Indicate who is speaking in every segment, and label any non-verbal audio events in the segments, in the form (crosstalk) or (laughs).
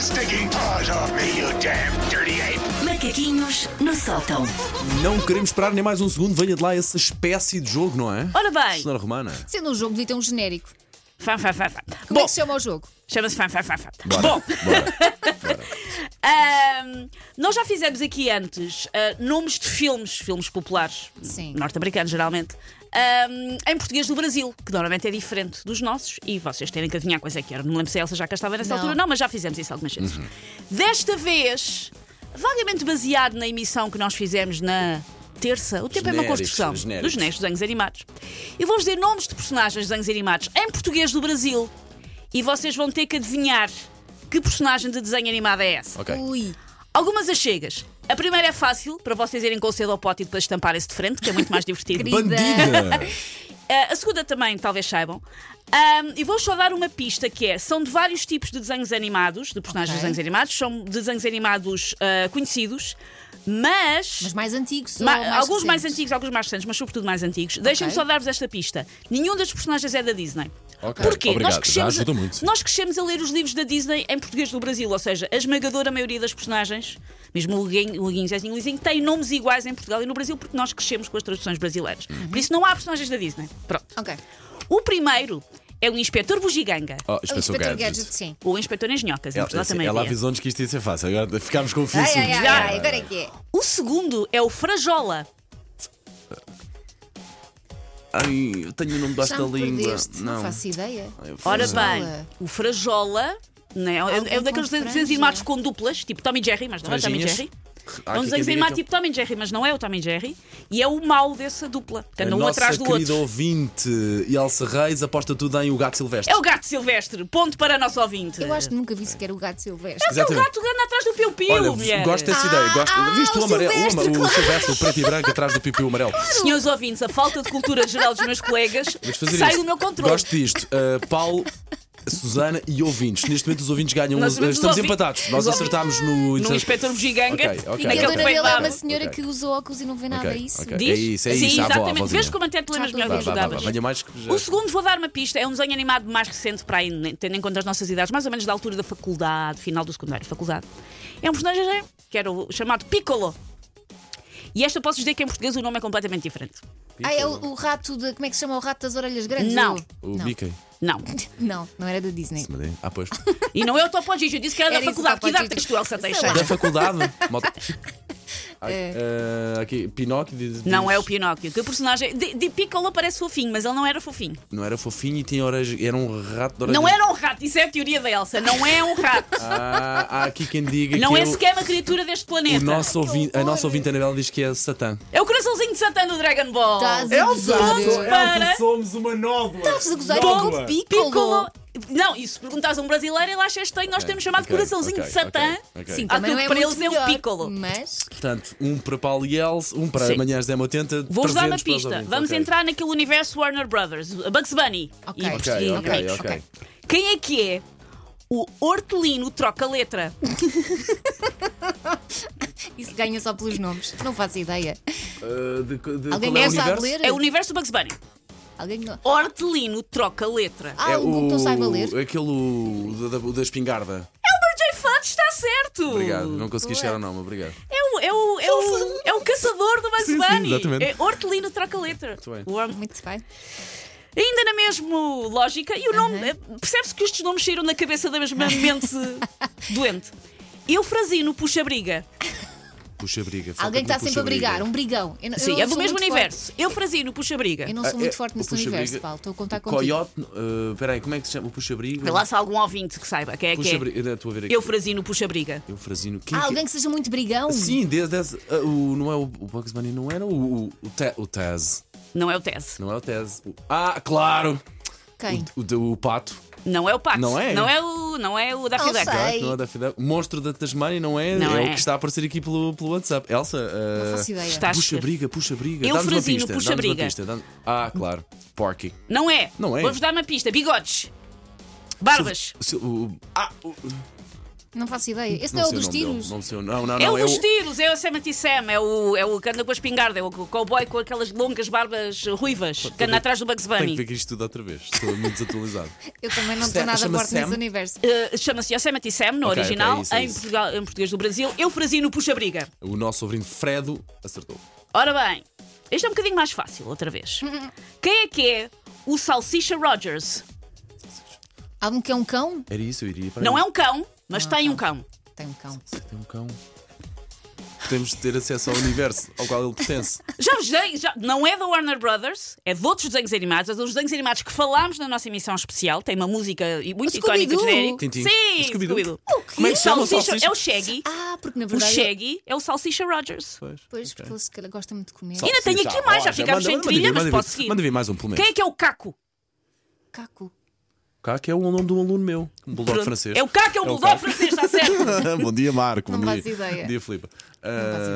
Speaker 1: stinking paws off me, you damn dirty ape!
Speaker 2: Macaquinhos no sótão.
Speaker 3: Não queremos esperar nem mais um segundo, venha de lá essa espécie de jogo, não é?
Speaker 4: Ora bem.
Speaker 3: Senhora Romana.
Speaker 5: Sendo um jogo, devia ter um genérico.
Speaker 4: Fá, fá, fá, fá.
Speaker 5: Como é
Speaker 4: Bom,
Speaker 5: que se chama o jogo?
Speaker 4: chama-se fá, fá, fá, fá.
Speaker 3: Bora,
Speaker 4: Bom,
Speaker 3: bora.
Speaker 4: ahm, nós já fizemos aqui antes ah, nomes de filmes, filmes populares,
Speaker 5: Sim.
Speaker 4: norte-americanos geralmente, ahm, em português do Brasil, que normalmente é diferente dos nossos, e vocês terem que adivinhar quais é que era. Não lembro se a Elsa já cá estava nessa
Speaker 5: Não.
Speaker 4: altura, não, mas já fizemos isso algumas vezes.
Speaker 3: Uhum.
Speaker 4: Desta vez, vagamente baseado na emissão que nós fizemos na terça, o tempo é uma
Speaker 3: Genéricos,
Speaker 4: construção
Speaker 3: genéricos.
Speaker 4: dos bonecos de desenhos animados. Eu vou dizer nomes de personagens de desenhos animados em português do Brasil e vocês vão ter que adivinhar que personagem de desenho animado é essa.
Speaker 3: Ok.
Speaker 5: Ui,
Speaker 4: Algumas achegas. A primeira é fácil, para vocês irem com o cedo ao pote e depois estamparem-se de frente, que é
Speaker 3: (laughs)
Speaker 4: muito mais divertido.
Speaker 5: Querida.
Speaker 3: Bandida!
Speaker 4: Ah, a segunda também, talvez saibam. Ahm, e vou só dar uma pista que é: são de vários tipos de desenhos animados, de personagens
Speaker 5: Ok.
Speaker 4: de desenhos animados, são desenhos animados ah, conhecidos, mas.
Speaker 5: mas mais antigos.
Speaker 4: Ma-
Speaker 5: ou
Speaker 4: alguns mais
Speaker 5: recentes?
Speaker 4: antigos, alguns mais recentes, mas sobretudo mais antigos. Deixem-me
Speaker 5: Ok.
Speaker 4: só dar-vos esta pista. Nenhum dos personagens é da Disney.
Speaker 3: Ok.
Speaker 4: Porquê?
Speaker 3: Obrigado,
Speaker 4: nós,
Speaker 3: já
Speaker 4: crescemos,
Speaker 3: ajuda muito.
Speaker 4: nós crescemos a ler os livros da Disney em português do Brasil, ou seja, a esmagadora maioria das personagens, mesmo o Luguinho, o Luguinho, Zezinho, Luizinho, tem nomes iguais em Portugal e no Brasil porque nós crescemos com as traduções brasileiras.
Speaker 5: Uhum.
Speaker 4: Por isso não há personagens da Disney. Pronto.
Speaker 5: Ok.
Speaker 4: O primeiro é o Inspetor Bugiganga.
Speaker 3: Oh,
Speaker 5: O
Speaker 3: Inspetor
Speaker 5: Inspector
Speaker 3: Gadget.
Speaker 5: Gadget, sim.
Speaker 4: Ou o Inspetor nas Nhocas, em
Speaker 3: Ela,
Speaker 4: Portugal também é.
Speaker 3: ela
Speaker 4: havia.
Speaker 3: avisou-nos que isto ia ser fácil, agora ficámos confusos.
Speaker 5: Ai, ai, ai,
Speaker 4: Já.
Speaker 5: ai, agora é que é.
Speaker 4: O segundo é o Frajola.
Speaker 3: Ai, eu tenho o nome
Speaker 5: Já
Speaker 3: desta
Speaker 5: me
Speaker 3: língua.
Speaker 5: perdeste, não faço ideia.
Speaker 4: Ora
Speaker 5: Frajola.
Speaker 4: bem, o Frajola né,
Speaker 5: Alguém
Speaker 4: é, é um daqueles
Speaker 5: com
Speaker 4: desenhos
Speaker 5: franja.
Speaker 4: animados com duplas, tipo Tommy Jerry, mas não é Tommy
Speaker 3: Franjinhas.
Speaker 4: Jerry.
Speaker 3: Há
Speaker 4: É um
Speaker 3: aqui quem
Speaker 4: desenho
Speaker 3: diga
Speaker 4: animado
Speaker 3: que é
Speaker 4: tipo Tommy Jerry, mas não é o Tommy Jerry. E é o mal dessa dupla, que
Speaker 3: A
Speaker 4: anda um
Speaker 3: nossa
Speaker 4: atrás do
Speaker 3: querida
Speaker 4: outro.
Speaker 3: ouvinte, Elsa Reis, aposta tudo em O Gato Silvestre.
Speaker 4: É o gato silvestre, ponto para a nossa ouvinte.
Speaker 5: Eu
Speaker 3: é.
Speaker 5: acho que nunca vi sequer o gato silvestre.
Speaker 4: É o gato que anda atrás do piu-piu,
Speaker 3: Olha,
Speaker 4: mulher.
Speaker 3: gosto dessa ideia. Gosto...
Speaker 5: Ah,
Speaker 3: Viste o,
Speaker 5: o
Speaker 3: amarelo, o ama-
Speaker 5: Silvestre,
Speaker 3: o,
Speaker 5: claro.
Speaker 3: Silvestre, o preto e branco atrás do pipi amarelo.
Speaker 4: Senhores ouvintes, a falta de cultura geral dos meus colegas
Speaker 3: Vamos fazer
Speaker 4: sai
Speaker 3: isto.
Speaker 4: do meu controle.
Speaker 3: Gosto disto. Uh, Paulo, Susana e ouvintes. Neste momento os ouvintes ganham.
Speaker 4: Nós
Speaker 3: uh,
Speaker 4: vamos
Speaker 3: estamos
Speaker 4: ouvir-
Speaker 3: empatados. Nós
Speaker 4: os ouvintes-
Speaker 3: acertámos no.
Speaker 4: No Inspetor Bugiganga
Speaker 3: Ok, ok.
Speaker 5: E
Speaker 4: e naquele
Speaker 5: a
Speaker 4: que
Speaker 5: dona
Speaker 4: foi
Speaker 5: dele é
Speaker 4: dado.
Speaker 5: uma senhora
Speaker 3: Ok.
Speaker 5: que usou óculos e não vê nada, é
Speaker 3: Ok,
Speaker 5: isso?
Speaker 3: ok.
Speaker 4: Diz?
Speaker 3: É isso, é
Speaker 4: Sim,
Speaker 3: isso. À avó, à
Speaker 4: exatamente.
Speaker 3: vozinha.
Speaker 4: Vês como até te lembras
Speaker 5: Já estou
Speaker 4: melhor que
Speaker 3: Vá, vá, vá,
Speaker 4: ajudavas.
Speaker 3: Venha mais que já-
Speaker 4: O segundo, vou dar uma pista, é um desenho animado mais recente para aí, ne- tendo em conta as nossas idades, mais ou menos da altura da faculdade, final do secundário, faculdade. É um personagem que era o chamado Piccolo. E esta posso dizer que em português o nome é completamente diferente.
Speaker 5: Ah, é o, o rato de. Como é que se chama o rato das orelhas grandes?
Speaker 4: Não.
Speaker 5: O-
Speaker 3: O
Speaker 5: não.
Speaker 3: Mickey.
Speaker 4: Não.
Speaker 5: (laughs) Não, não era da Disney.
Speaker 3: Ah, pois.
Speaker 4: E não é o Topo Gigi, eu disse que era,
Speaker 5: Era
Speaker 4: da
Speaker 5: isso,
Speaker 4: faculdade. Que
Speaker 5: Topo
Speaker 4: idade
Speaker 5: Gigi.
Speaker 4: tens tu, Elsa
Speaker 5: Sei
Speaker 4: Teixeira?
Speaker 5: lá.
Speaker 3: Da faculdade. Moto-
Speaker 4: (laughs)
Speaker 3: Ah, eh, aqui, Pinóquio diz-
Speaker 4: É. Não é o
Speaker 3: diz-
Speaker 4: Pinóquio. Que o personagem. De, de Piccolo parece fofinho, mas ele não era fofinho.
Speaker 3: Não era fofinho e tinha orelhas. Era um rato de orelhas.
Speaker 4: Não era um rato, isso é a teoria da Elsa. Não é um rato.
Speaker 3: Ah, há aqui quem diga
Speaker 4: Não
Speaker 3: que
Speaker 4: é
Speaker 3: o-
Speaker 4: sequer uma criatura deste
Speaker 3: o
Speaker 4: planeta.
Speaker 3: nosso ouvinte, a nossa ouvinte Anabela diz que é Satã.
Speaker 4: É o coraçãozinho de Satã do Dragon Ball. É um
Speaker 5: Estás
Speaker 3: É
Speaker 5: a gozar.
Speaker 3: um
Speaker 4: Ponto para.
Speaker 3: somos uma nódoa.
Speaker 5: Estás a gozar um com o Piccolo.
Speaker 4: Não, isso, se perguntares a um brasileiro, ele acha estranho. Nós
Speaker 3: Ok,
Speaker 4: temos chamado de
Speaker 3: É, ok,
Speaker 4: coraçãozinho
Speaker 3: ok,
Speaker 4: de Satã.
Speaker 3: ok, ok.
Speaker 4: Sim,
Speaker 5: Também
Speaker 4: aquilo
Speaker 5: não
Speaker 4: que
Speaker 5: é
Speaker 4: para
Speaker 5: muito
Speaker 4: eles é um
Speaker 5: melhor,
Speaker 4: piccolo.
Speaker 5: Mas.
Speaker 3: Portanto, um para Paulo e Else, um para
Speaker 4: Sim.
Speaker 3: amanhã às 10h80.
Speaker 4: Vou-vos dar uma
Speaker 3: 300 para os
Speaker 4: pista.
Speaker 3: ouvintes.
Speaker 4: Vamos
Speaker 3: Ok.
Speaker 4: entrar naquele universo Warner Brothers, a Bugs Bunny.
Speaker 5: Ok. Ok,
Speaker 4: E
Speaker 3: Ok,
Speaker 4: perseguir
Speaker 3: ok,
Speaker 4: amigos.
Speaker 3: ok.
Speaker 4: Quem é que é o hortelino troca-letra?
Speaker 5: Isso ganha só pelos nomes. Não faço ideia.
Speaker 3: Uh, de- de-
Speaker 5: Alguém
Speaker 3: qual é o
Speaker 5: não sabe
Speaker 3: universo?
Speaker 5: ler?
Speaker 4: É o universo Bugs Bunny.
Speaker 5: Alguém que não. (laughs)
Speaker 4: Hortelino troca-letra.
Speaker 5: Ah,
Speaker 3: É
Speaker 5: algum que não saiba ler.
Speaker 3: o, aquele o da, da, da espingarda.
Speaker 4: J. Fudge está certo!
Speaker 3: Obrigado, não consegui
Speaker 5: Boa.
Speaker 3: chegar ao nome, obrigado.
Speaker 4: É o, é o, é o, é o caçador do Bugs
Speaker 3: Sim, sim,
Speaker 4: Bunny.
Speaker 3: exatamente.
Speaker 4: é hortelino troca-letra.
Speaker 3: bem.
Speaker 4: O Horn-
Speaker 5: Muito bem.
Speaker 4: Ainda na mesma lógica, e o nome. eh,
Speaker 5: Uhum.
Speaker 4: Percebe-se que estes nomes saíram da cabeça da mesma mente
Speaker 5: (laughs)
Speaker 4: doente. Eufrazino puxa briga.
Speaker 3: Puxa briga. foca-te
Speaker 5: Alguém que
Speaker 3: no
Speaker 5: está sempre
Speaker 3: puxa
Speaker 5: a brigar. Um brigão. Eu não- eu
Speaker 4: Sim,
Speaker 5: não
Speaker 4: é do
Speaker 5: sou
Speaker 4: mesmo
Speaker 5: muito
Speaker 4: universo. Eufrazino puxa briga.
Speaker 5: forte. Eu não sou
Speaker 3: Ah,
Speaker 5: muito
Speaker 3: é,
Speaker 5: forte
Speaker 3: o
Speaker 5: nesse
Speaker 3: puxa-briga-
Speaker 5: universo, Paulo. Estou a contar
Speaker 3: o
Speaker 5: contigo.
Speaker 3: Coyote. uh, Peraí, como é que se chama? O puxa-briga?
Speaker 4: Vê lá se há algum ouvinte que saiba quem é que é.
Speaker 3: Puxa-briga. Estou a ver aqui.
Speaker 4: Eufrazino puxa briga.
Speaker 3: Eufrazino. Quem é
Speaker 5: Há
Speaker 3: que-
Speaker 5: Ah, alguém que é um. seja muito brigão?
Speaker 3: Sim, desde. desde ah, o, não é o, o Bugs Bunny, não era o, o, o, Te- o Taz.
Speaker 4: Não é o Tese.
Speaker 3: Não é o Taz. O- ah, claro!
Speaker 5: Quem?
Speaker 3: O, o, o pato.
Speaker 4: Não é o Pax.
Speaker 3: Não é?
Speaker 4: Não é o, não é o Daffy
Speaker 5: Não
Speaker 4: Duck.
Speaker 5: sei. Ei.
Speaker 3: Não é da Fidel. O monstro da Tasmania não é?
Speaker 4: Não
Speaker 3: é, o
Speaker 4: é.
Speaker 3: que está a aparecer aqui pelo, pelo WhatsApp. Elsa, ah,
Speaker 5: faço ideia.
Speaker 4: Estás-
Speaker 3: puxa briga, puxa briga.
Speaker 4: Eu,
Speaker 3: Dá-nos uma
Speaker 4: Franzino,
Speaker 3: pista.
Speaker 4: puxa
Speaker 3: dá-nos uma
Speaker 4: briga.
Speaker 3: pista, dá-nos- Ah, claro. Porky.
Speaker 4: Não é?
Speaker 3: Não é.
Speaker 4: Vou-vos dar uma pista. Bigodes. Barbas.
Speaker 3: Se- o- ah, o-
Speaker 5: Não faço ideia. Esse não, é o
Speaker 3: sei
Speaker 5: dos
Speaker 3: nome dele,
Speaker 5: tiros?
Speaker 3: Não sei o não, não,
Speaker 4: É
Speaker 3: não.
Speaker 4: o dos tiros, é o Sam Sam, é o, é o que anda com a espingarda, é o cowboy com aquelas longas barbas ruivas que anda atrás do Bugs
Speaker 3: Tenho que ver
Speaker 4: Bunny.
Speaker 3: aqui isto tudo outra vez. Estou muito desatualizado.
Speaker 5: Eu também não estou
Speaker 3: Sam-
Speaker 5: nada
Speaker 3: chama-se
Speaker 5: forte nesse
Speaker 3: Sam?
Speaker 5: universo.
Speaker 4: Eh, Chama-se Yosemite Sam no
Speaker 3: Ok,
Speaker 4: original,
Speaker 3: ok, isso,
Speaker 4: em,
Speaker 3: isso.
Speaker 4: Portugal- em português do Brasil. Eu no puxa-briga.
Speaker 3: O nosso sobrinho Fredo acertou.
Speaker 4: Ora bem, este é um bocadinho mais fácil, outra vez. Quem é que é o Salsicha Rogers?
Speaker 5: Algum que é um cão?
Speaker 3: Era isso, eu iria para
Speaker 4: Não
Speaker 3: aí.
Speaker 4: é um cão,
Speaker 3: Ah,
Speaker 4: mas tem
Speaker 3: tá.
Speaker 4: um cão.
Speaker 5: Tem um cão.
Speaker 3: Tem um cão. Podemos ter acesso ao universo ao qual ele pertence.
Speaker 4: Já vos dei, já, não é da Warner Brothers, é de outros desenhos animados, é dos desenhos animados que falámos na nossa emissão especial, tem uma música e- muito icónica
Speaker 5: Scooby-Doo.
Speaker 4: genérica.
Speaker 3: Tintim.
Speaker 4: Sim,
Speaker 3: Scooby-Doo.
Speaker 4: Scooby-Doo.
Speaker 5: quê?
Speaker 3: Como é que chama o
Speaker 4: Salsicha-
Speaker 3: salsicha?
Speaker 4: É o Shaggy.
Speaker 5: Ah, porque na
Speaker 4: O
Speaker 5: verdade.
Speaker 4: Shaggy é o Salsicha Rogers.
Speaker 3: Pois,
Speaker 5: Pois,
Speaker 3: ok.
Speaker 5: porque ele se calhar gosta muito de comer.
Speaker 4: Ainda tenho
Speaker 3: Salsicha,
Speaker 4: aqui mais, já
Speaker 3: roja. Manda-
Speaker 4: ficámos sem
Speaker 3: manda
Speaker 4: trilha,
Speaker 3: vir,
Speaker 4: mas
Speaker 3: manda
Speaker 4: posso
Speaker 3: vir.
Speaker 4: seguir.
Speaker 3: Manda vir mais um, pelo menos.
Speaker 4: Quem é que é o Caco?
Speaker 5: Caco.
Speaker 3: Cá que é o nome de um aluno meu, um bulldog
Speaker 4: Pronto.
Speaker 3: francês.
Speaker 4: É o Caco, é o bulldog
Speaker 3: Caco.
Speaker 4: francês,
Speaker 3: (laughs)
Speaker 4: está certo.
Speaker 3: Bom dia, Marco.
Speaker 5: Não
Speaker 3: Bom
Speaker 5: faz
Speaker 3: dia.
Speaker 5: ideia.
Speaker 3: Bom dia, Filipe.
Speaker 5: Não faz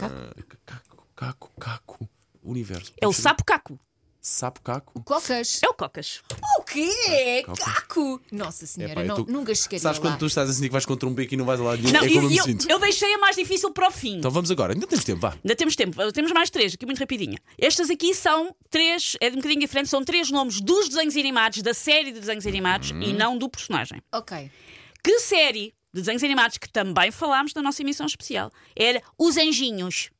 Speaker 3: Ah, Caco, caco, caco. Universo.
Speaker 4: É o Sapo Caco.
Speaker 3: Sapo caco.
Speaker 5: Cocas.
Speaker 4: É o Cocas.
Speaker 5: O quê?
Speaker 3: Cocas.
Speaker 5: Caco! Nossa senhora,
Speaker 3: Ah, Epá, eu
Speaker 5: não-
Speaker 3: tô-
Speaker 5: nunca cheguei
Speaker 3: Sabes
Speaker 5: lá.
Speaker 3: quando tu estás assim que vais contra um beco e não vais a lado nenhum?
Speaker 4: Não,
Speaker 3: é
Speaker 4: eu,
Speaker 3: como eu me
Speaker 4: eu-
Speaker 3: sinto.
Speaker 4: eu deixei a mais difícil para o fim.
Speaker 3: Então vamos agora, ainda tens tempo, vá.
Speaker 4: Ainda temos tempo, temos mais três, aqui muito rapidinho. Estas aqui são três, é de um bocadinho diferente, são três nomes dos desenhos animados, da série de desenhos animados
Speaker 3: Uhum.
Speaker 4: e não do personagem.
Speaker 5: Ok.
Speaker 4: Que série de desenhos animados que também falámos na nossa emissão especial? Era Os Anjinhos.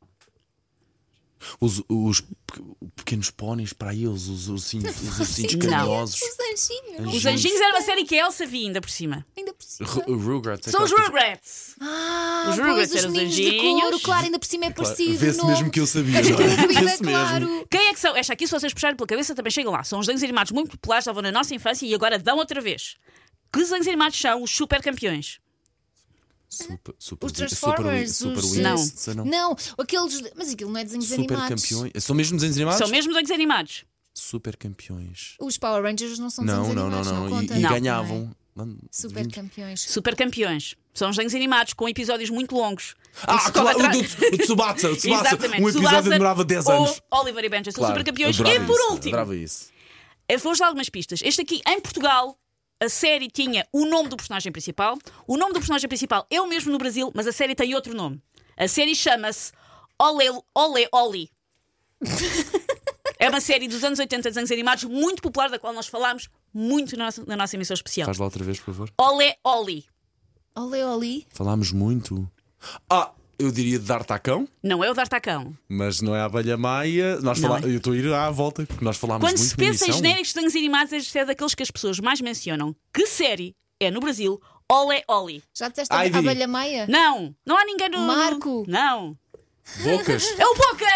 Speaker 3: Os, os pe- pequenos póneis para aí, os, os ursinhos, os ursinhos
Speaker 4: Não.
Speaker 3: carinhosos.
Speaker 5: Os anjinhos.
Speaker 4: Os
Speaker 3: Anjinhos.
Speaker 4: Anjinhos era uma série que a Elsa via ainda por cima.
Speaker 5: Ainda por cima.
Speaker 3: Ru- Rugrats. é
Speaker 4: São
Speaker 3: aquela
Speaker 4: os
Speaker 3: coisa-
Speaker 4: Rugrats.
Speaker 5: Ah,
Speaker 4: Os
Speaker 5: pois
Speaker 4: Rugrats
Speaker 5: os
Speaker 4: eram os
Speaker 5: meninos de
Speaker 4: anjinhos.
Speaker 5: couro, claro, ainda por cima é
Speaker 3: Claro,
Speaker 5: parecido.
Speaker 3: Vê-se
Speaker 5: não? (laughs)
Speaker 3: mesmo que eu sabia, não é?
Speaker 5: Vida,
Speaker 3: Vê-se mesmo.
Speaker 5: claro.
Speaker 4: Quem é que são? Esta aqui, se vocês puxarem pela cabeça, também chegam lá. São os desenhos animados muito populares, estavam na nossa infância e agora dão outra vez. Que desenhos animados são os super campeões?
Speaker 3: Super, super, super-
Speaker 5: Os Transformers,
Speaker 3: super,
Speaker 5: os.
Speaker 4: Não.
Speaker 3: Wings, sei não.
Speaker 5: Não, aqueles. de- Mas aquilo não é desenhos
Speaker 3: Super
Speaker 5: animados.
Speaker 3: campeões. São mesmo desenhos animados?
Speaker 4: São mesmo desenhos animados.
Speaker 3: Super campeões.
Speaker 5: Os Power Rangers não são
Speaker 3: Não,
Speaker 5: desenhos
Speaker 3: não, não,
Speaker 5: animados, não,
Speaker 3: não.
Speaker 5: é?
Speaker 3: E,
Speaker 5: conta.
Speaker 3: e
Speaker 4: Não.
Speaker 3: ganhavam. Mano,
Speaker 5: Super
Speaker 3: vinte-
Speaker 5: campeões.
Speaker 4: Super campeões. São os desenhos animados com episódios muito longos. Em que
Speaker 3: Ah,
Speaker 4: se corre
Speaker 3: claro, o,
Speaker 4: atrás-
Speaker 3: do- o Tsubasa, o
Speaker 4: (laughs)
Speaker 3: Tsubasa.
Speaker 4: Exatamente.
Speaker 3: Um episódio
Speaker 4: Tsubasa
Speaker 3: demorava 10
Speaker 4: ou
Speaker 3: anos.
Speaker 4: Oliver e Benja são super campeões.
Speaker 3: adorava
Speaker 4: E por
Speaker 3: isso,
Speaker 4: último,
Speaker 3: Adorava isso.
Speaker 4: eu vou-vos dar algumas pistas. Este aqui, em Portugal, a série tinha o nome do personagem principal. O nome do personagem principal é o mesmo no Brasil, mas a série tem outro nome. A série chama-se Ole Ole
Speaker 3: (laughs)
Speaker 4: Oli. é uma série dos anos 80 de desenhos animados muito popular, da qual nós falámos muito na nossa, na nossa emissão especial.
Speaker 3: Faz lá outra vez, por favor.
Speaker 4: Ole Oli.
Speaker 5: Olé, olé.
Speaker 3: Falámos muito. Ah, eu diria de dar tacão,
Speaker 4: Não é o D'Artacão.
Speaker 3: mas não é a abelha maia. Nós
Speaker 4: Não
Speaker 3: fala...
Speaker 4: é.
Speaker 3: Eu estou a ir à volta, porque nós falámos
Speaker 4: Quando
Speaker 3: muito
Speaker 4: se pensa em
Speaker 3: na emissão.
Speaker 4: genéricos de desenhos animados, este é daqueles que as pessoas mais mencionam. Que série é no Brasil? Ole Oli.
Speaker 5: Já disseste a
Speaker 3: Ai, Viri.
Speaker 5: abelha meia?
Speaker 4: Não, não há ninguém no.
Speaker 5: Marco.
Speaker 4: Não. (laughs)
Speaker 3: Bocas.
Speaker 4: É o Boca!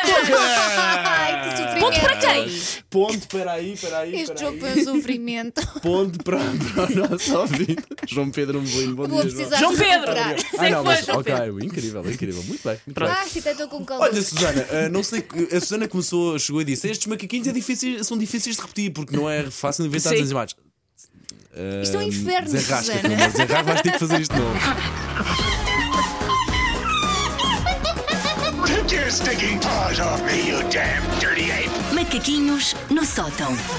Speaker 5: Ai, que sofrimento.
Speaker 4: Ponto para quem?
Speaker 3: Ponto, peraí, peraí,
Speaker 5: Este jogo
Speaker 3: peraí.
Speaker 5: foi um sofrimento.
Speaker 3: Ponto para, (laughs) para a nossa ouvinte. João Pedro Umbelino, bom
Speaker 5: Vou
Speaker 3: dia, João.
Speaker 5: precisar
Speaker 4: João
Speaker 5: de
Speaker 4: Pedro.
Speaker 5: recuperar.
Speaker 4: Sei
Speaker 3: Ah,
Speaker 4: que
Speaker 3: não,
Speaker 4: foi,
Speaker 3: mas,
Speaker 4: João
Speaker 3: ok,
Speaker 4: Pedro.
Speaker 3: incrível, incrível, muito bem. Muito bem.
Speaker 5: Ah, se até estou com calor.
Speaker 3: Olha, Susana, ah, não sei, a Susana começou, chegou e disse: estes macaquinhos é difícil- são difíceis de repetir, porque não é fácil inventar
Speaker 4: Sim.
Speaker 3: desenhos animados.
Speaker 5: Isto é um inferno,
Speaker 3: Desenrasca-te,
Speaker 5: Susana.
Speaker 3: meu amor, desenrasca, vais ter que fazer isto de novo.
Speaker 1: Take your stinking paws off me, you damn dirty ape!
Speaker 2: Macaquinhos no sótão.